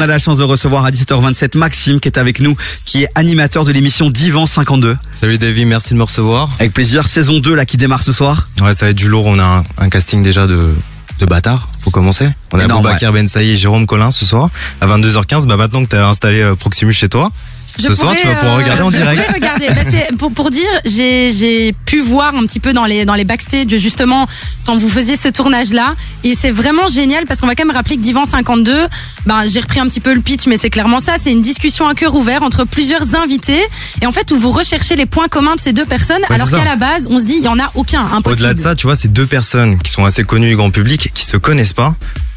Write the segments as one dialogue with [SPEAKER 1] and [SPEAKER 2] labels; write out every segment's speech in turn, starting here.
[SPEAKER 1] a la chance de recevoir à 17h27 Maxime qui est avec nous, qui est animateur de l'émission Divan 52.
[SPEAKER 2] Salut Davy, merci de me recevoir.
[SPEAKER 1] Avec plaisir, saison 2 là qui démarre ce soir.
[SPEAKER 2] Ouais, ça va être du lourd. On a un, un casting déjà de, de bâtards. Faut commencer. On a
[SPEAKER 1] Énorme,
[SPEAKER 2] Boubacar Ben Saïd et Jérôme Collin ce soir à 22h15. Bah maintenant que t'as installé euh, Proximus chez toi,
[SPEAKER 3] Je
[SPEAKER 2] ce soir
[SPEAKER 3] pourrais,
[SPEAKER 2] tu vas pouvoir
[SPEAKER 3] euh,
[SPEAKER 2] regarder en
[SPEAKER 3] je
[SPEAKER 2] direct.
[SPEAKER 3] pourrais regarder. Bah, c'est- pour, pour dire, j'ai j'ai pu voir un petit peu dans les, dans les backstage, justement, quand vous faisiez ce tournage-là. Et c'est vraiment génial parce qu'on va quand même rappeler que Divan 52, ben, j'ai repris un petit peu le pitch, mais c'est clairement ça. C'est une discussion à cœur ouvert entre plusieurs invités. Et en fait, où vous recherchez les points communs de ces deux personnes,
[SPEAKER 2] c'est
[SPEAKER 3] alors
[SPEAKER 2] ça.
[SPEAKER 3] qu'à la base, on se dit, il y en a aucun. Impossible.
[SPEAKER 2] Au-delà de ça, tu vois, c'est deux personnes qui sont assez connues du grand public, qui se connaissent pas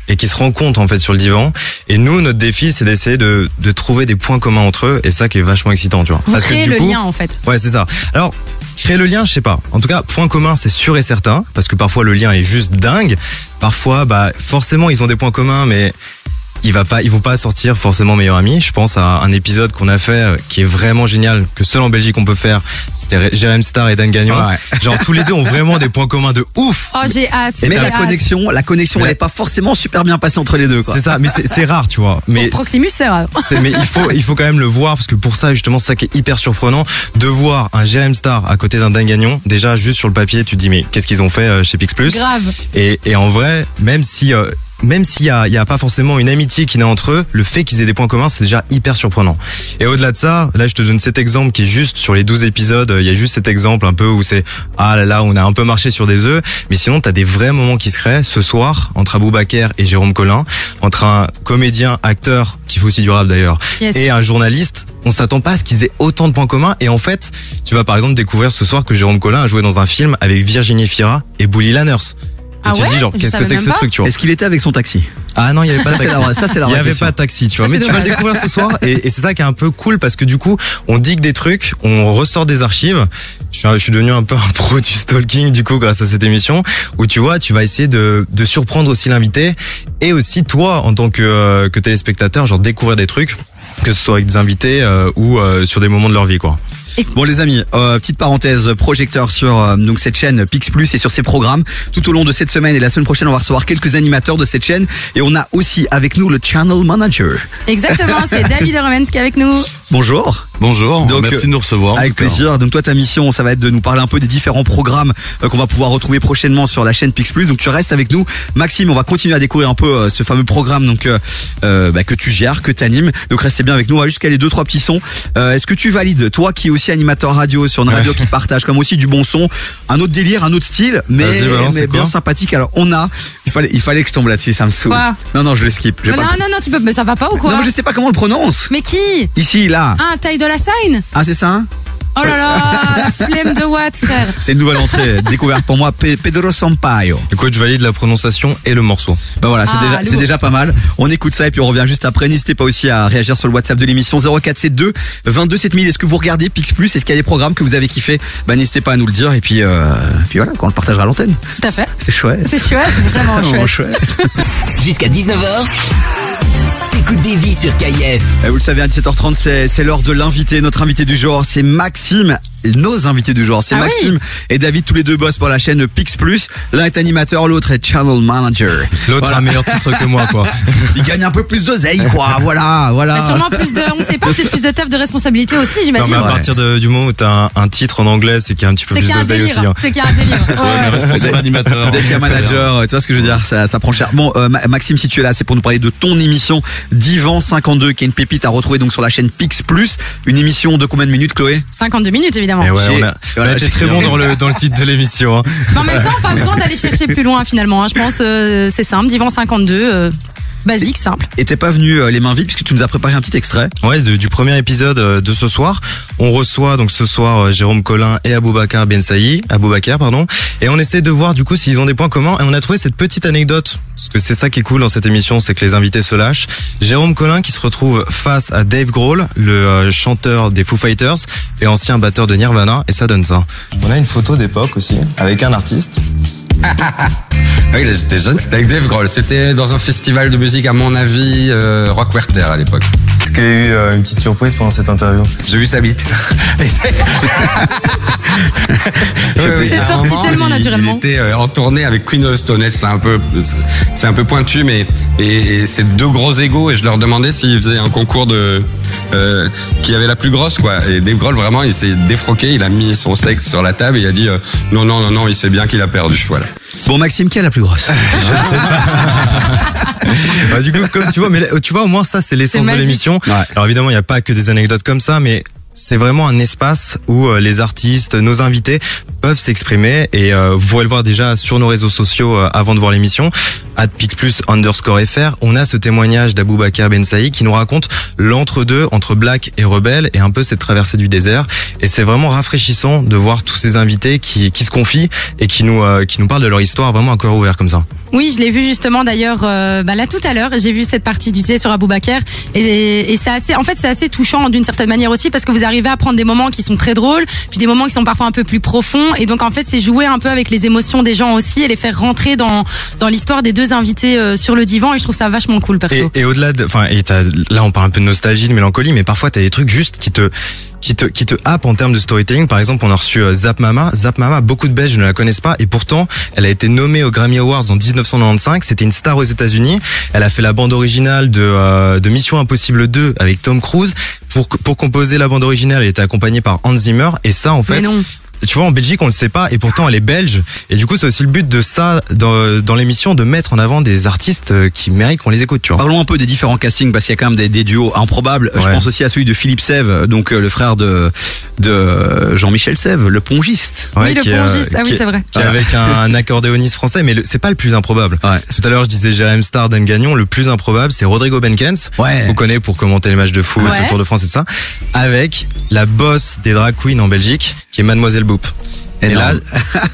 [SPEAKER 2] et qui se rencontrent en fait sur le divan. Et nous, notre défi, c'est d'essayer de, de trouver des points communs entre eux. Et ça qui est vachement excitant, tu vois.
[SPEAKER 3] vous
[SPEAKER 2] Parce que
[SPEAKER 3] créez
[SPEAKER 2] du
[SPEAKER 3] le
[SPEAKER 2] coup,
[SPEAKER 3] lien, en fait.
[SPEAKER 2] Ouais, c'est ça. Alors, créer le lien, je sais pas. En tout cas, point commun, c'est sûr et certain, parce que parfois le lien est juste dingue. Parfois, bah, forcément, ils ont des points communs, mais il va pas, ils vont pas sortir forcément meilleur ami. Je pense à un épisode qu'on a fait euh, qui est vraiment génial, que seul en Belgique on peut faire. C'était Ré- Jérém Star et Dan Gagnon.
[SPEAKER 1] Ouais.
[SPEAKER 2] Genre, tous les deux ont vraiment des points communs de ouf.
[SPEAKER 3] Oh, j'ai hâte.
[SPEAKER 2] Et
[SPEAKER 1] Mais
[SPEAKER 3] j'ai
[SPEAKER 1] la
[SPEAKER 3] hâte.
[SPEAKER 1] connexion, la connexion,
[SPEAKER 2] Mais
[SPEAKER 1] elle
[SPEAKER 2] la-
[SPEAKER 1] est pas forcément super bien passée entre les deux. Quoi.
[SPEAKER 2] C'est ça, mais c'est c'est rare, tu vois. Mais
[SPEAKER 3] Pour Proximus, c'est rare.
[SPEAKER 2] C'est- mais il faut, il faut quand même le voir parce que pour ça, justement, c'est ça qui est hyper surprenant de voir un Jérém Star à côté d'un Dan Gagnon. Déjà, juste sur le papier, tu te dis, mais qu'est-ce qu'ils ont fait euh, chez Pix Plus
[SPEAKER 3] Grave.
[SPEAKER 2] et, et en vrai, même si. euh, même s'il y a, il y a pas forcément une amitié qui naît entre eux, le fait qu'ils aient des points communs, c'est déjà hyper surprenant. Et au-delà de ça, là, je te donne cet exemple qui est juste sur les 12 épisodes, euh, il y a juste cet exemple un peu où c'est ah là là, on a un peu marché sur des œufs, mais sinon t'as des vrais moments qui se créent ce soir entre Abou Bakr et Jérôme Collin, entre un comédien, acteur qui fait aussi du rap d'ailleurs,
[SPEAKER 3] Yes.
[SPEAKER 2] et un journaliste, on s'attend pas à ce qu'ils aient autant de points communs. Et en fait, tu vas par exemple découvrir ce soir que Jérôme Collin a joué dans un film avec Virginie Fira et Bully Lanners. Et
[SPEAKER 3] Ah
[SPEAKER 2] tu
[SPEAKER 3] ouais
[SPEAKER 2] te dis genre
[SPEAKER 3] Je
[SPEAKER 2] qu'est-ce que
[SPEAKER 3] savais
[SPEAKER 2] c'est que
[SPEAKER 3] même
[SPEAKER 2] ce
[SPEAKER 3] pas.
[SPEAKER 2] truc tu vois
[SPEAKER 1] Est-ce qu'il était avec son taxi
[SPEAKER 2] Ah non il y avait pas de
[SPEAKER 1] Ça, c'est
[SPEAKER 2] taxi.
[SPEAKER 1] la- Ça c'est la
[SPEAKER 2] Il y
[SPEAKER 1] vraie
[SPEAKER 2] avait
[SPEAKER 1] question.
[SPEAKER 2] pas de taxi tu
[SPEAKER 3] Ça,
[SPEAKER 2] vois mais
[SPEAKER 3] c'est
[SPEAKER 2] tu vas le
[SPEAKER 3] dommage.
[SPEAKER 2] découvrir ce soir et, et c'est ça qui est un peu cool parce que du coup on digue des trucs on ressort des archives je suis, un- je suis devenu un peu un pro du stalking du coup grâce à cette émission où tu vois tu vas essayer de, de surprendre aussi l'invité et aussi toi en tant que, euh, que téléspectateur genre découvrir des trucs que ce soit avec des invités euh, ou euh, sur des moments de leur vie quoi
[SPEAKER 1] Bon les amis, euh, petite parenthèse projecteur sur euh, donc cette chaîne Pix Plus et sur ses programmes. Tout au long de cette semaine et la semaine prochaine, on va recevoir quelques animateurs de cette chaîne et on a aussi avec nous le channel manager.
[SPEAKER 3] Exactement, c'est David Romans qui est avec nous.
[SPEAKER 1] Bonjour.
[SPEAKER 4] Bonjour,
[SPEAKER 1] Donc,
[SPEAKER 4] merci
[SPEAKER 1] euh,
[SPEAKER 4] de nous recevoir.
[SPEAKER 1] Avec plaisir. Donc toi, ta mission, ça va être de nous parler un peu des différents programmes euh, qu'on va pouvoir retrouver prochainement sur la chaîne Pix Plus. Donc tu restes avec nous, Maxime. On va continuer à découvrir un peu euh, ce fameux programme donc euh, euh, bah, que tu gères, que tu animes. Donc restez bien avec nous. On va jusqu'à les deux trois petits sons. Euh, Est-ce que tu valides, toi qui es aussi animateur radio sur une radio qui partage comme aussi du bon son, un autre délire, un autre style, mais,
[SPEAKER 2] Vas-y, balance,
[SPEAKER 1] mais
[SPEAKER 2] c'est
[SPEAKER 1] bien
[SPEAKER 2] quoi
[SPEAKER 1] sympathique. Alors on a, il fallait, il fallait que je tombe là-dessus. Ça me saoule.
[SPEAKER 3] Quoi
[SPEAKER 1] non non, je le skip. J'ai
[SPEAKER 3] Non,
[SPEAKER 1] pas le-
[SPEAKER 3] non, non, tu peux. Mais ça va pas ou quoi
[SPEAKER 1] non, mais je sais pas comment on le prononce.
[SPEAKER 3] Mais qui
[SPEAKER 1] Ici là.
[SPEAKER 3] Ah, taille de la Seine
[SPEAKER 1] Ah c'est ça.
[SPEAKER 3] Oh là là, la flemme de Watt, frère.
[SPEAKER 1] C'est une nouvelle entrée euh, découverte pour moi, Pe- Pedro Sampaio.
[SPEAKER 2] du coup je valide la prononciation et le morceau
[SPEAKER 1] Bah voilà, c'est
[SPEAKER 3] Ah,
[SPEAKER 1] déjà,
[SPEAKER 3] lourd.
[SPEAKER 1] c'est déjà pas mal. On écoute ça et puis on revient juste après. N'hésitez pas aussi à réagir sur le WhatsApp de l'émission 0472 22 7000. Est-ce que vous regardez Pix Plus Est-ce qu'il y a des programmes que vous avez kiffé Bah n'hésitez pas à nous le dire et puis euh, puis voilà, quand on le partagera à l'antenne.
[SPEAKER 3] Tout à fait.
[SPEAKER 1] C'est chouette. Ah,
[SPEAKER 3] C'est chouette, c'est vraiment
[SPEAKER 1] Vraiment
[SPEAKER 3] chouette.
[SPEAKER 5] Jusqu'à 19h, t'écoutes des vies sur KIF.
[SPEAKER 1] Et Eh, Vous le savez, à 17h30, c'est c'est l'heure de l'invité. Notre invité du jour, c'est Maxime. Nos invités du jour, c'est
[SPEAKER 3] Ah oui.
[SPEAKER 1] Maxime et David, tous les deux boss pour la chaîne Pix Plus. L'un est animateur, l'autre est channel manager.
[SPEAKER 2] l'autre
[SPEAKER 1] Voilà.
[SPEAKER 2] a un meilleur titre que moi quoi
[SPEAKER 1] Il gagne un peu plus d'oseille, quoi. Voilà, voilà.
[SPEAKER 3] Mais Bah, sûrement plus de. On sait pas, peut-être plus de taf de responsabilité aussi,
[SPEAKER 2] Ah. non mais à
[SPEAKER 3] j'imagine.
[SPEAKER 1] ouais.
[SPEAKER 2] partir de- du moment où t'as un, un titre en anglais c'est qu'il y a un petit peu
[SPEAKER 3] C'est
[SPEAKER 2] plus
[SPEAKER 3] qu'il y a un
[SPEAKER 2] d'oseille aussi
[SPEAKER 3] délire.
[SPEAKER 2] hein.
[SPEAKER 3] C'est qu'il y a un délire. Ouais, ouais.
[SPEAKER 4] Restons sur l'animateur.
[SPEAKER 1] Dès qu'il y a manager, tu vois ce que je veux dire, ça, ça prend cher. Bon, euh, Ma- Maxime, si tu es là, c'est pour nous parler de ton émission Divan 52, qui est une pépite à retrouver donc sur la chaîne Pix Plus. Une émission de combien de minutes, Chloé
[SPEAKER 3] 52 minutes, évidemment.
[SPEAKER 2] Et Eh ouais,
[SPEAKER 1] J'ai-
[SPEAKER 2] on a, on a
[SPEAKER 1] voilà,
[SPEAKER 2] été
[SPEAKER 1] j'ai-
[SPEAKER 2] très bon dans le, dans le titre de l'émission. hein.
[SPEAKER 3] Mais en même temps, pas besoin d'aller chercher plus loin, finalement. hein. Je pense, euh, c'est simple. Divan 52, euh, basique, simple.
[SPEAKER 1] Et t'es pas venu euh, les mains vides, puisque tu nous as préparé un petit extrait.
[SPEAKER 2] Ouais, de- du premier épisode euh, de ce soir. On reçoit donc ce soir euh, Jérôme Collin et Aboubacar Ben Saïd, Aboubacar, pardon. Et on essaie de voir du coup s'ils ont des points communs. Et on a trouvé cette petite anecdote. Parce que c'est ça qui est cool dans cette émission, c'est que les invités se lâchent. Jérôme Collin qui se retrouve face à Dave Grohl, le euh, chanteur des Foo Fighters et ancien batteur de Nirvana. Et ça donne ça. On a une photo d'époque aussi avec un artiste.
[SPEAKER 4] Oui, j'étais jeune, c'était avec Dave Grohl. C'était dans un festival de musique, à mon avis, euh, Rock Werther à l'époque.
[SPEAKER 2] Est-ce qu'il y a eu euh, une petite surprise pendant cette interview
[SPEAKER 4] J'ai vu sa bite. Et c'est- Ouais,
[SPEAKER 3] C'est
[SPEAKER 4] ouais,
[SPEAKER 3] sorti
[SPEAKER 4] clairement,
[SPEAKER 3] tellement
[SPEAKER 4] il-
[SPEAKER 3] naturellement.
[SPEAKER 4] Il était euh, en tournée avec Queen of Stone Age, c'est un peu, c'est un peu pointu, mais et, et c'est deux gros égaux et je leur demandais s'ils faisaient un concours de euh, qui avait la plus grosse quoi. Et Dave Grohl vraiment, il s'est défroqué, il a mis son sexe sur la table et il a dit euh, non non non non, il sait bien qu'il a perdu. Voilà.
[SPEAKER 1] Bon, Maxime, qui est la plus grosse
[SPEAKER 2] Bah, du coup, comme tu vois, mais là, tu vois, au moins ça, c'est l'essence
[SPEAKER 3] C'est
[SPEAKER 2] de
[SPEAKER 3] magique.
[SPEAKER 2] l'émission. Alors évidemment, il n'y a pas que des anecdotes comme ça, mais c'est vraiment un espace où euh, les artistes, nos invités peuvent s'exprimer et euh, vous pourrez le voir déjà sur nos réseaux sociaux euh, avant de voir l'émission. At Plus underscore FR, on a ce témoignage d'Aboubacar Ben Saïd qui nous raconte l'entre-deux entre Black et Rebelle et un peu cette traversée du désert. Et c'est vraiment rafraîchissant de voir tous ces invités qui, qui se confient et qui nous, euh, qui nous parlent de leur histoire vraiment à cœur ouvert comme ça.
[SPEAKER 3] Oui, je l'ai vu justement d'ailleurs euh, bah, là tout à l'heure. J'ai vu cette partie du thé sur Aboubaker et, et c'est assez, en fait, c'est assez touchant d'une certaine manière aussi parce que vous arrivez à prendre des moments qui sont très drôles, puis des moments qui sont parfois un peu plus profonds et donc en fait, c'est jouer un peu avec les émotions des gens aussi et les faire rentrer dans dans l'histoire des deux invités euh, sur le divan et je trouve ça vachement cool perso.
[SPEAKER 2] Et, et au-delà de, enfin, et t'as- là on parle un peu de nostalgie, de mélancolie, mais parfois t'as des trucs juste qui te, qui te, qui te happent en termes de storytelling. Par exemple, on a reçu euh, Zap Mama. Zap Mama, beaucoup de Belges ne la connaissent pas, et pourtant, elle a été nommée aux Grammy Awards en 1995. C'était une star aux États-Unis. Elle a fait la bande originale de, euh, de Mission Impossible 2 avec Tom Cruise. Pour, pour composer la bande originale, elle était accompagnée par Hans Zimmer, et ça, en
[SPEAKER 3] Mais
[SPEAKER 2] fait,
[SPEAKER 3] non.
[SPEAKER 2] tu vois, en Belgique, on le sait pas, et pourtant elle est belge. Et du coup, c'est aussi le but de ça dans, dans l'émission, de mettre en avant des artistes euh, qui méritent qu'on les écoute, tu vois.
[SPEAKER 1] Parlons un peu des différents castings parce qu'il y a quand même des, des duos improbables. Je
[SPEAKER 2] Ouais.
[SPEAKER 1] pense aussi à celui de Philippe Sève, donc euh, le frère de, de euh, Jean-Michel Sève, le pongiste.
[SPEAKER 3] Oui, le
[SPEAKER 2] qui est,
[SPEAKER 3] plongiste.
[SPEAKER 2] euh,
[SPEAKER 3] Ah oui,
[SPEAKER 2] qui est-
[SPEAKER 3] c'est vrai.
[SPEAKER 2] qui est avec un, un accordéoniste français, mais le- c'est pas le plus improbable.
[SPEAKER 1] Ouais.
[SPEAKER 2] Tout à l'heure, je disais Jérém Star, Dan Gagnon. Le plus improbable, c'est Rodrigo Benkens.
[SPEAKER 1] Ouais.
[SPEAKER 2] Vous connaissez pour commenter les matchs de foot,
[SPEAKER 3] Ouais.
[SPEAKER 2] le Tour de France et tout ça. Avec la boss des drag queens en Belgique, qui est Mademoiselle Boop. Et là,
[SPEAKER 1] Énorme.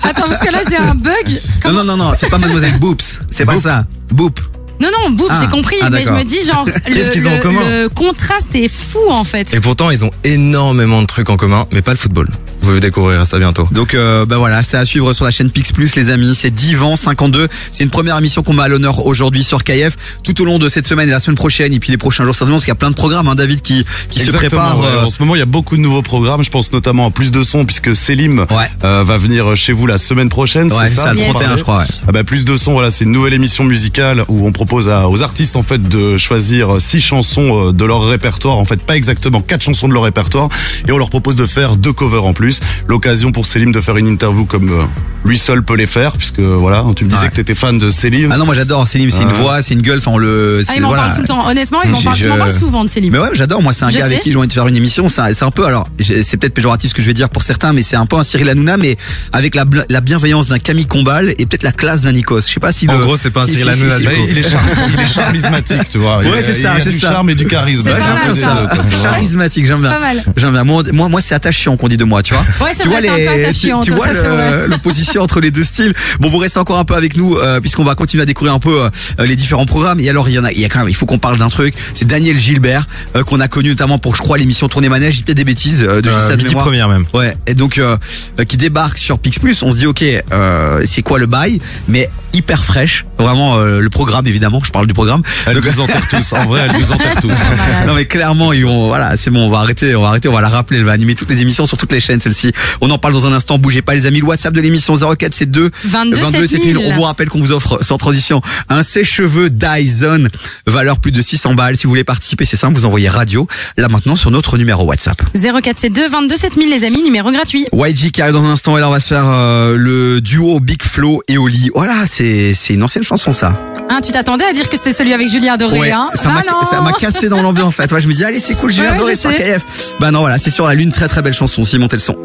[SPEAKER 3] Attends, parce que là j'ai un bug.
[SPEAKER 1] Non, non, non, non, c'est pas Mademoiselle Boops, c'est pas
[SPEAKER 2] Boop.
[SPEAKER 1] ça. Boop.
[SPEAKER 3] Non non, boum,
[SPEAKER 1] Ah,
[SPEAKER 3] j'ai compris,
[SPEAKER 1] ah,
[SPEAKER 3] mais je
[SPEAKER 1] d'accord.
[SPEAKER 3] me dis genre le,
[SPEAKER 2] Qu'est-ce qu'ils ont en
[SPEAKER 3] le-
[SPEAKER 2] commun
[SPEAKER 3] le contraste est fou en fait. Ah,
[SPEAKER 2] et pourtant, ils ont énormément de trucs en commun, mais pas le football. Vous découvrirez ça bientôt.
[SPEAKER 1] Donc euh, bah voilà, c'est à suivre sur la chaîne Pix Plus les amis, c'est Divan 52. C'est une première émission qu'on met à l'honneur aujourd'hui sur KF tout au long de cette semaine et la semaine prochaine et puis les prochains jours certainement parce qu'il y a plein de programmes hein, David qui qui se
[SPEAKER 6] Exactement,
[SPEAKER 1] prépare
[SPEAKER 6] ouais.
[SPEAKER 1] euh,
[SPEAKER 6] En ce moment, il y a beaucoup de nouveaux programmes. Je pense notamment à plus de son puisque Selim
[SPEAKER 1] Ouais.
[SPEAKER 6] euh, va venir chez vous la semaine prochaine.
[SPEAKER 1] Ouais,
[SPEAKER 6] c'est ça,
[SPEAKER 1] le
[SPEAKER 3] Yes.
[SPEAKER 1] 31 je crois. ouais.
[SPEAKER 6] Ah bah, plus de son, voilà, c'est une nouvelle émission musicale où on propose à- aux artistes en fait de choisir six chansons euh, de leur répertoire, en fait pas exactement quatre chansons de leur répertoire, et on leur propose de faire deux covers en plus. L'occasion pour Selim de faire une interview comme euh, lui seul peut les faire, puisque voilà, tu me disais
[SPEAKER 1] Ouais.
[SPEAKER 6] que t'étais fan de Selim.
[SPEAKER 1] Ah non, moi j'adore Céline, c'est une
[SPEAKER 6] Ouais.
[SPEAKER 1] voix, c'est une gueule, enfin on le
[SPEAKER 3] Ah,
[SPEAKER 1] c'est-
[SPEAKER 3] il m'en
[SPEAKER 1] voilà.
[SPEAKER 3] parle tout le temps. Honnêtement, il m'en
[SPEAKER 1] J'ai-
[SPEAKER 3] parle, tu
[SPEAKER 1] je-
[SPEAKER 3] m'en parles souvent de ces livres.
[SPEAKER 1] Mais ouais, j'adore. Moi, c'est un
[SPEAKER 3] Je
[SPEAKER 1] gars avec
[SPEAKER 3] sais.
[SPEAKER 1] qui j'ai envie de faire une émission. C'est un, c'est un peu, alors, j'ai- c'est peut-être péjoratif ce que je vais dire pour certains, mais c'est un peu un Cyril Hanouna, mais avec la, bl- la bienveillance d'un Camille Combal et peut-être la classe d'un Nikos. Je sais pas si.
[SPEAKER 2] En
[SPEAKER 1] le-
[SPEAKER 2] gros, c'est pas un
[SPEAKER 1] si,
[SPEAKER 2] Cyril
[SPEAKER 1] si, si,
[SPEAKER 2] Hanouna,
[SPEAKER 1] si,
[SPEAKER 2] du
[SPEAKER 1] si.
[SPEAKER 2] coup.
[SPEAKER 6] Il est, char- il est charismatique, tu vois.
[SPEAKER 1] Ouais,
[SPEAKER 6] Il- euh,
[SPEAKER 1] c'est
[SPEAKER 6] il
[SPEAKER 1] ça,
[SPEAKER 6] a
[SPEAKER 1] c'est
[SPEAKER 6] du
[SPEAKER 1] ça.
[SPEAKER 6] charme et du charisme.
[SPEAKER 3] C'est
[SPEAKER 6] C'est
[SPEAKER 3] pas
[SPEAKER 6] un
[SPEAKER 3] mal,
[SPEAKER 6] peu
[SPEAKER 3] ça.
[SPEAKER 6] le quoi, tu vois.
[SPEAKER 1] Charismatique, j'aime
[SPEAKER 3] C'est
[SPEAKER 1] bien.
[SPEAKER 3] pas mal.
[SPEAKER 1] J'aime bien. Moi, moi, moi, c'est attachant qu'on dit de moi, tu vois.
[SPEAKER 3] Ouais, c'est
[SPEAKER 1] tu vois
[SPEAKER 3] vrai, t'es un peu
[SPEAKER 1] tu,
[SPEAKER 3] attachant,
[SPEAKER 1] tu
[SPEAKER 3] toi,
[SPEAKER 1] vois
[SPEAKER 3] ça, c'est
[SPEAKER 1] le-
[SPEAKER 3] vrai.
[SPEAKER 1] l'opposition entre les deux styles. Bon, vous restez encore un peu avec nous euh, puisqu'on va continuer à découvrir un peu euh, les différents programmes. Et alors, il y en a, il y a quand même, il faut qu'on parle d'un truc. C'est Daniel Gilbert euh, qu'on a connu notamment pour, je crois, l'émission Tournée Manège. J'ai peut-être des bêtises euh, de
[SPEAKER 2] Euh,
[SPEAKER 1] juste ça de
[SPEAKER 2] midi
[SPEAKER 1] mémoire.
[SPEAKER 2] première même.
[SPEAKER 1] Ouais, et donc euh, euh, qui débarque sur Pix Plus, on se dit ok, euh, c'est quoi le bail Mais hyper fraîche, vraiment euh, le programme évidemment, je parle du programme.
[SPEAKER 6] Elle
[SPEAKER 1] Donc,
[SPEAKER 6] nous enterre tous. En vrai, elle nous enterre tous.
[SPEAKER 1] non mais clairement, ils vont, voilà, c'est bon, on va arrêter, on va arrêter, on va la rappeler, elle va animer toutes les émissions sur toutes les chaînes celle-ci. On en parle dans un instant, bougez pas les amis, le WhatsApp de l'émission 0472
[SPEAKER 3] 22
[SPEAKER 1] 7000. On vous rappelle qu'on vous offre sans transition un sèche-cheveux Dyson valeur plus de 600 balles. Si vous voulez participer, c'est simple, vous envoyez radio là maintenant sur notre numéro WhatsApp.
[SPEAKER 3] 0472 22 7000 les amis, numéro gratuit.
[SPEAKER 1] YG qui arrive dans un instant et là on va se faire euh, le duo Big Flo et Oli. Voilà, c'est c'est une ancienne chanson ça.
[SPEAKER 3] Hein, tu t'attendais à dire que c'était celui avec Julien Doré, hein
[SPEAKER 1] ça
[SPEAKER 3] Bah
[SPEAKER 1] m'a
[SPEAKER 3] non.
[SPEAKER 1] ça m'a cassé dans l'ambiance en fait. Ouais, je me dis allez c'est cool, j'ai
[SPEAKER 3] Ouais, ouais,
[SPEAKER 1] adoré
[SPEAKER 3] je
[SPEAKER 1] sur
[SPEAKER 3] sais.
[SPEAKER 1] KF. Bah non voilà, c'est sur la lune, très très belle chanson, si montez le son.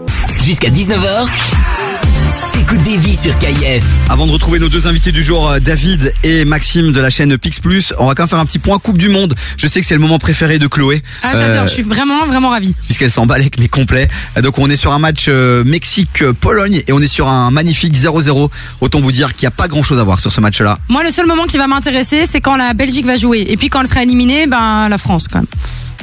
[SPEAKER 5] Jusqu'à 19h, t'écoutes des vies sur KIF.
[SPEAKER 1] Avant de retrouver nos deux invités du jour, euh, David et Maxime de la chaîne Pix Plus, on va quand même faire un petit point Coupe du Monde. Je sais que c'est le moment préféré de Chloé.
[SPEAKER 3] Ah, j'adore,
[SPEAKER 1] Euh,
[SPEAKER 3] je suis vraiment, vraiment ravie.
[SPEAKER 1] puisqu'elle s'emballe avec mes complets. Euh, Donc on est sur un match euh, Mexique-Pologne et on est sur un magnifique 0-0. Autant vous dire qu'il n'y a pas grand chose à voir sur ce match-là.
[SPEAKER 3] Moi, le seul moment qui va m'intéresser, c'est quand la Belgique va jouer. Et puis quand elle sera éliminée, ben la France quand même.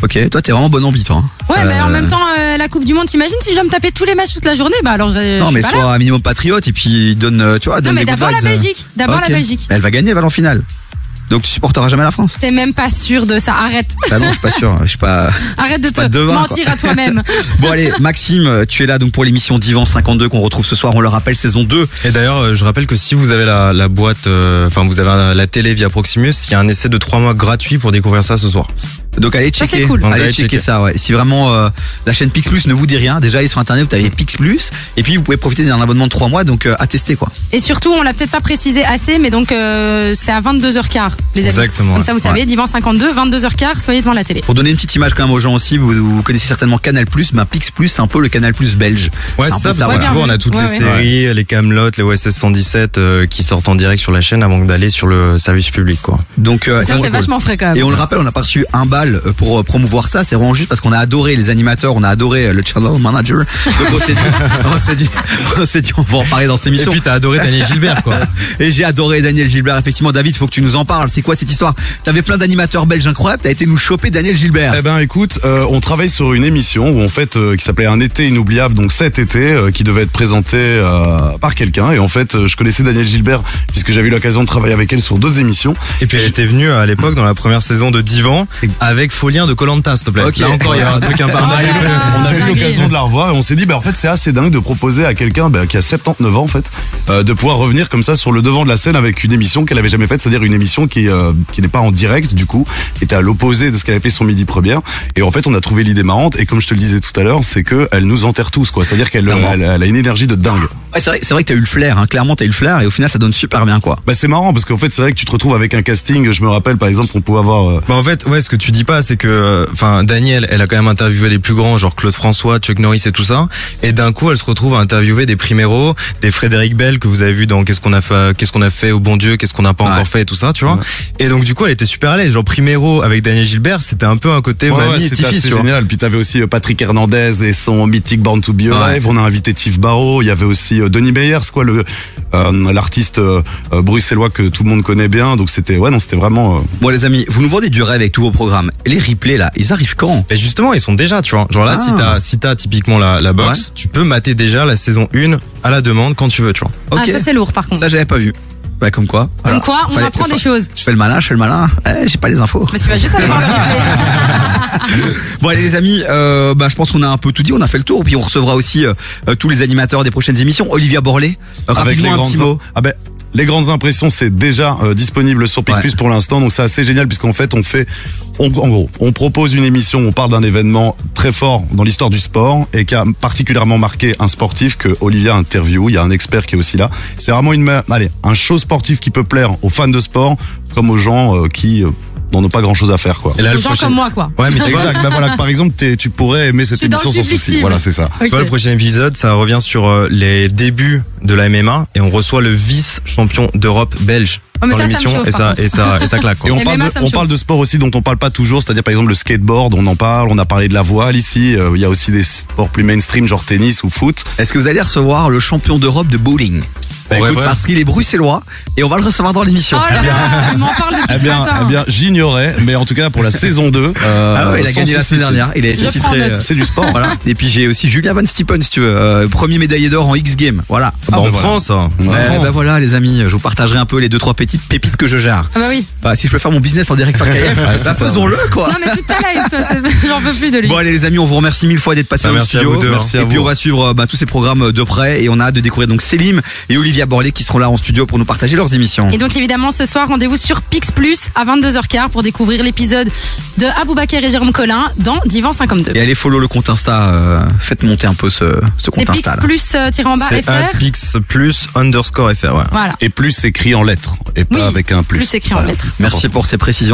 [SPEAKER 1] Ok, toi t'es vraiment bonne ambi toi. hein.
[SPEAKER 3] Ouais, Ouais, mais en
[SPEAKER 1] Euh,
[SPEAKER 3] même temps, euh, la Coupe du Monde, t'imagines si je dois me taper tous les matchs toute la journée Bah alors, euh, je
[SPEAKER 1] Non,
[SPEAKER 3] suis
[SPEAKER 1] mais
[SPEAKER 3] pas
[SPEAKER 1] sois
[SPEAKER 3] là.
[SPEAKER 1] un minimum patriote et puis donne, euh, tu vois,
[SPEAKER 3] Non,
[SPEAKER 1] donne
[SPEAKER 3] mais
[SPEAKER 1] des good
[SPEAKER 3] d'abord la
[SPEAKER 1] vibes.
[SPEAKER 3] Belgique. D'abord
[SPEAKER 1] Ok.
[SPEAKER 3] la Belgique.
[SPEAKER 1] Mais Elle va gagner, elle va en finale. Donc tu supporteras jamais la France.
[SPEAKER 3] T'es même pas sûr de ça. Arrête.
[SPEAKER 1] Bah non, je suis pas sûr, je suis pas.
[SPEAKER 3] Arrête de te
[SPEAKER 1] pas devin,
[SPEAKER 3] mentir à toi-même.
[SPEAKER 1] Bon allez, Maxime, tu es là donc pour l'émission Divan 52 qu'on retrouve ce soir, on le rappelle saison 2.
[SPEAKER 2] Et d'ailleurs, euh, je rappelle que si vous avez la, la boîte, euh, enfin vous avez un- la télé via Proximus, il y a un essai de 3 mois gratuit pour découvrir ça ce soir.
[SPEAKER 1] Donc allez
[SPEAKER 3] Ça,
[SPEAKER 1] checker,
[SPEAKER 3] c'est cool.
[SPEAKER 1] allez,
[SPEAKER 2] Donc, allez
[SPEAKER 1] checker
[SPEAKER 2] checker.
[SPEAKER 1] ça ouais. Si vraiment euh, la chaîne Pix Plus ne vous dit rien, déjà allez sur internet, vous avez Pix Plus et puis vous pouvez profiter d'un abonnement de 3 mois donc euh, à tester quoi.
[SPEAKER 3] Et surtout, on l'a peut-être pas précisé assez, mais donc euh, c'est à 22h15, les amis.
[SPEAKER 2] Exactement,
[SPEAKER 3] Comme ça, vous
[SPEAKER 1] ouais.
[SPEAKER 3] savez, Divan 52, 22h15, soyez devant la télé.
[SPEAKER 1] Pour donner une petite image quand même aux gens aussi, vous, vous connaissez certainement Canal Plus, bah Pix Plus c'est un peu le Canal Plus belge.
[SPEAKER 2] Ouais,
[SPEAKER 1] C'est un
[SPEAKER 2] c'est ça,
[SPEAKER 1] peu ça,
[SPEAKER 2] parce que
[SPEAKER 1] voilà.
[SPEAKER 2] tu vois, on a toutes
[SPEAKER 3] Ouais,
[SPEAKER 2] les
[SPEAKER 3] ouais.
[SPEAKER 2] séries, les Camelot, les OSS 117 euh, qui sortent en direct sur la chaîne avant d'aller sur le service public, quoi.
[SPEAKER 1] Donc euh,
[SPEAKER 3] Ça,
[SPEAKER 1] c'est
[SPEAKER 3] c'est
[SPEAKER 1] cool.
[SPEAKER 3] vachement frais quand
[SPEAKER 1] Et
[SPEAKER 3] même.
[SPEAKER 1] on le rappelle, on a pas reçu un bal euh, pour euh, promouvoir ça. C'est vraiment juste parce qu'on a adoré les animateurs, on a adoré euh, le channel manager. Donc on s'est dit, on s'est dit, on s'est dit, on va en parler dans cette émission. Et
[SPEAKER 2] t'as adoré Daniel Gilbert, quoi.
[SPEAKER 1] j'ai adoré Daniel Gilbert. Effectivement, David, faut que tu nous en parles. C'est quoi cette histoire T'avais plein d'animateurs belges incroyables. T'as été nous choper Daniel Gilbert.
[SPEAKER 6] Eh ben écoute, euh, on travaille sur une émission où en fait euh, qui s'appelait Un été inoubliable, donc cet été euh, qui devait être présenté euh, par quelqu'un et en fait euh, je connaissais Danielle Gilbert puisque j'avais eu l'occasion de travailler avec elle sur deux émissions.
[SPEAKER 2] Et puis j'étais venu euh, à l'époque dans la première saison de Divan avec Folien de Colanta, s'il te plaît.
[SPEAKER 1] Ok.
[SPEAKER 2] Là encore, il y a un truc
[SPEAKER 3] Oh là
[SPEAKER 2] impardonnable.
[SPEAKER 3] là,
[SPEAKER 6] on a eu
[SPEAKER 3] dingue.
[SPEAKER 6] l'occasion de la revoir et on s'est dit bah en fait c'est assez dingue de proposer à quelqu'un bah, qui a 79 ans en fait euh, de pouvoir revenir comme ça sur le devant de la scène avec une émission qu'elle avait jamais faite, c'est-à-dire une émission qui euh, qui n'est pas en direct du coup, qui était à l'opposé de ce qu'elle avait fait son midi première et en fait on a trouvé l'idée marrante et comme je te le disais tout à l'heure, c'est que elle nous enterre tous quoi, c'est-à-dire qu'elle
[SPEAKER 1] Clairement.
[SPEAKER 6] elle- elle a une énergie de dingue.
[SPEAKER 1] Ouais, c'est vrai, c'est vrai que t'as eu le flair. Hein. Clairement, t'as eu le flair et au final, ça donne super bien quoi.
[SPEAKER 6] Bah c'est marrant parce qu'en fait c'est vrai que tu te retrouves avec un casting. Je me rappelle par exemple on pouvait avoir. euh,
[SPEAKER 2] Bah en fait, ouais, ce que tu dis pas, c'est que, euh, enfin, Daniel, elle a quand même interviewé des plus grands, genre Claude François, Chuck Norris et tout ça, et d'un coup, elle se retrouve à interviewer des primeros, des Frédéric Bell que vous avez vu dans Qu'est-ce qu'on a fait, qu'est-ce qu'on a fait au bon Dieu, qu'est-ce qu'on n'a pas
[SPEAKER 1] Ouais.
[SPEAKER 2] encore fait et tout ça, tu vois. Et donc du coup, elle était super à l'aise, genre primero avec Daniel Gilbert, c'était un peu un côté
[SPEAKER 6] ouais,
[SPEAKER 2] mamie
[SPEAKER 6] ouais,
[SPEAKER 2] et
[SPEAKER 6] c'était
[SPEAKER 2] petit-fils,
[SPEAKER 6] assez
[SPEAKER 2] tu vois.
[SPEAKER 6] génial. Puis t'avais aussi euh, Patrick Hernandez et son mythique Born to Be Alive. On a invité Tiff Barrow. Il y avait aussi euh, Denis Meyers, quoi, le euh, l'artiste euh, euh, bruxellois que tout le monde connaît bien. Donc c'était ouais non c'était vraiment. euh,
[SPEAKER 1] Bon les amis, vous nous vendez du rêve avec tous vos programmes. Les replays là, ils arrivent quand
[SPEAKER 2] Mais justement, ils sont déjà, tu vois. Genre là,
[SPEAKER 1] Ah.
[SPEAKER 2] si t'as, si t'as typiquement la, la box,
[SPEAKER 1] Ouais.
[SPEAKER 2] tu peux mater déjà la saison 1 à la demande quand tu veux, tu vois.
[SPEAKER 1] Ok.
[SPEAKER 3] Ah, ça, c'est lourd par contre.
[SPEAKER 1] Ça, j'avais pas vu. Bah comme quoi. voilà.
[SPEAKER 3] Comme quoi, on
[SPEAKER 1] Fallait-
[SPEAKER 3] apprend des
[SPEAKER 1] fa-
[SPEAKER 3] choses.
[SPEAKER 1] Je fais le malin, je fais le malin. Eh, j'ai pas les infos.
[SPEAKER 3] Mais tu vas juste aller voir le replay.
[SPEAKER 1] Bon allez les amis, euh, bah, je pense qu'on a un peu tout dit, on a fait le tour, puis on recevra aussi euh, euh, tous les animateurs des prochaines émissions. Olivia Borlet, euh,
[SPEAKER 6] avec les
[SPEAKER 1] rapidement un
[SPEAKER 6] grandes
[SPEAKER 1] petit mot.
[SPEAKER 6] ah ben les grandes impressions c'est déjà euh, disponible sur Pix
[SPEAKER 1] Ouais.
[SPEAKER 6] Plus pour l'instant donc c'est assez génial puisqu'en fait on fait on, en gros on propose une émission on parle d'un événement très fort dans l'histoire du sport et qui a particulièrement marqué un sportif que Olivia interview il y a un expert qui est aussi là c'est vraiment une ma- allez un show sportif qui peut plaire aux fans de sport comme aux gens euh, qui euh, n'en ont pas grand chose à faire quoi
[SPEAKER 2] Et là,
[SPEAKER 3] Aux
[SPEAKER 2] le
[SPEAKER 3] gens
[SPEAKER 2] prochain-
[SPEAKER 3] comme moi, quoi.
[SPEAKER 2] Ouais, mais tu vois,
[SPEAKER 6] exact bah voilà par exemple t'es- tu pourrais aimer cette
[SPEAKER 3] suis dans
[SPEAKER 6] émission
[SPEAKER 3] le
[SPEAKER 6] sans
[SPEAKER 3] public
[SPEAKER 6] souci
[SPEAKER 3] cible.
[SPEAKER 6] voilà c'est ça
[SPEAKER 2] Tu vois,
[SPEAKER 3] Ok.
[SPEAKER 2] le prochain épisode, ça revient sur euh, les débuts de la MMA et on reçoit le vice-champion d'Europe belge
[SPEAKER 3] Oh, mais
[SPEAKER 2] dans
[SPEAKER 3] ça, ça me
[SPEAKER 2] l'émission
[SPEAKER 3] chauffe,
[SPEAKER 2] et,
[SPEAKER 3] par
[SPEAKER 2] ça,
[SPEAKER 3] contre.
[SPEAKER 2] et, ça, et ça claque. Quoi.
[SPEAKER 6] Et on,
[SPEAKER 3] Les
[SPEAKER 6] parle
[SPEAKER 3] MMA,
[SPEAKER 6] de,
[SPEAKER 3] Eh ben, ça me
[SPEAKER 6] on
[SPEAKER 3] chauffe.
[SPEAKER 6] parle de sport aussi dont on parle pas toujours, c'est-à-dire par exemple le skateboard, on en parle, on a parlé de la voile ici, euh, il y a aussi des sports plus mainstream genre tennis ou foot.
[SPEAKER 1] Est-ce que vous allez recevoir le champion d'Europe de bowling Bah,
[SPEAKER 2] Ouais,
[SPEAKER 1] écoute,
[SPEAKER 2] ouais.
[SPEAKER 1] parce qu'il est bruxellois et on va le recevoir dans
[SPEAKER 3] Oh
[SPEAKER 1] l'émission.
[SPEAKER 3] là là, il m'en parle depuis
[SPEAKER 6] Eh
[SPEAKER 3] ce
[SPEAKER 6] bien,
[SPEAKER 3] matin.
[SPEAKER 6] eh bien j'ignorais, mais en tout cas pour la saison 2, euh,
[SPEAKER 1] Ah ouais, il a
[SPEAKER 6] sans
[SPEAKER 1] gagné la
[SPEAKER 6] souci,
[SPEAKER 1] semaine dernière. Il est
[SPEAKER 3] Je prends
[SPEAKER 1] titré,
[SPEAKER 3] note.
[SPEAKER 1] euh,
[SPEAKER 6] c'est du sport.
[SPEAKER 1] Voilà. Et puis j'ai aussi Julien Van Stippen si tu veux, euh, premier médaillé d'or en X Games. Voilà. Bon,
[SPEAKER 2] Bah,
[SPEAKER 6] Ah
[SPEAKER 2] en
[SPEAKER 1] voilà.
[SPEAKER 2] France, hein.
[SPEAKER 1] Ouais, bah voilà les amis, je vous partagerai un peu les deux trois petites pépites que je gère.
[SPEAKER 3] Ah bah oui.
[SPEAKER 1] Bah, si je peux faire mon business en direct sur KF, bah, faisons-le quoi.
[SPEAKER 3] Non, mais tu t'alaïses, toi. c'est- J'en peux plus de lui.
[SPEAKER 1] Bon allez les amis, on vous remercie mille fois d'être passés
[SPEAKER 2] Bah,
[SPEAKER 1] au
[SPEAKER 2] merci à
[SPEAKER 1] studio.
[SPEAKER 2] vous deux, merci
[SPEAKER 1] et
[SPEAKER 2] à
[SPEAKER 1] puis
[SPEAKER 2] vous.
[SPEAKER 1] on va suivre euh, bah, tous ces programmes de près et on a hâte de découvrir donc Selim et Olivia Borlet qui seront là en studio pour nous partager leurs émissions.
[SPEAKER 3] Et donc évidemment ce soir rendez-vous sur Pix Plus à 22h15 pour découvrir l'épisode de Aboubaker et Jérôme Collin dans Divan 52.
[SPEAKER 1] Et allez follow le compte Insta, euh, faites monter un peu ce, ce
[SPEAKER 3] C'est
[SPEAKER 1] compte
[SPEAKER 3] Pix
[SPEAKER 1] Insta. là.
[SPEAKER 3] Plus euh, tiré en bas
[SPEAKER 2] c'est
[SPEAKER 3] FR.
[SPEAKER 2] Apix plus underscore FR. Ouais.
[SPEAKER 3] Voilà.
[SPEAKER 6] Et plus écrit en lettres, et pas
[SPEAKER 3] Oui,
[SPEAKER 6] avec un plus.
[SPEAKER 3] Plus écrit en lettres.
[SPEAKER 1] Merci pour ces précisions.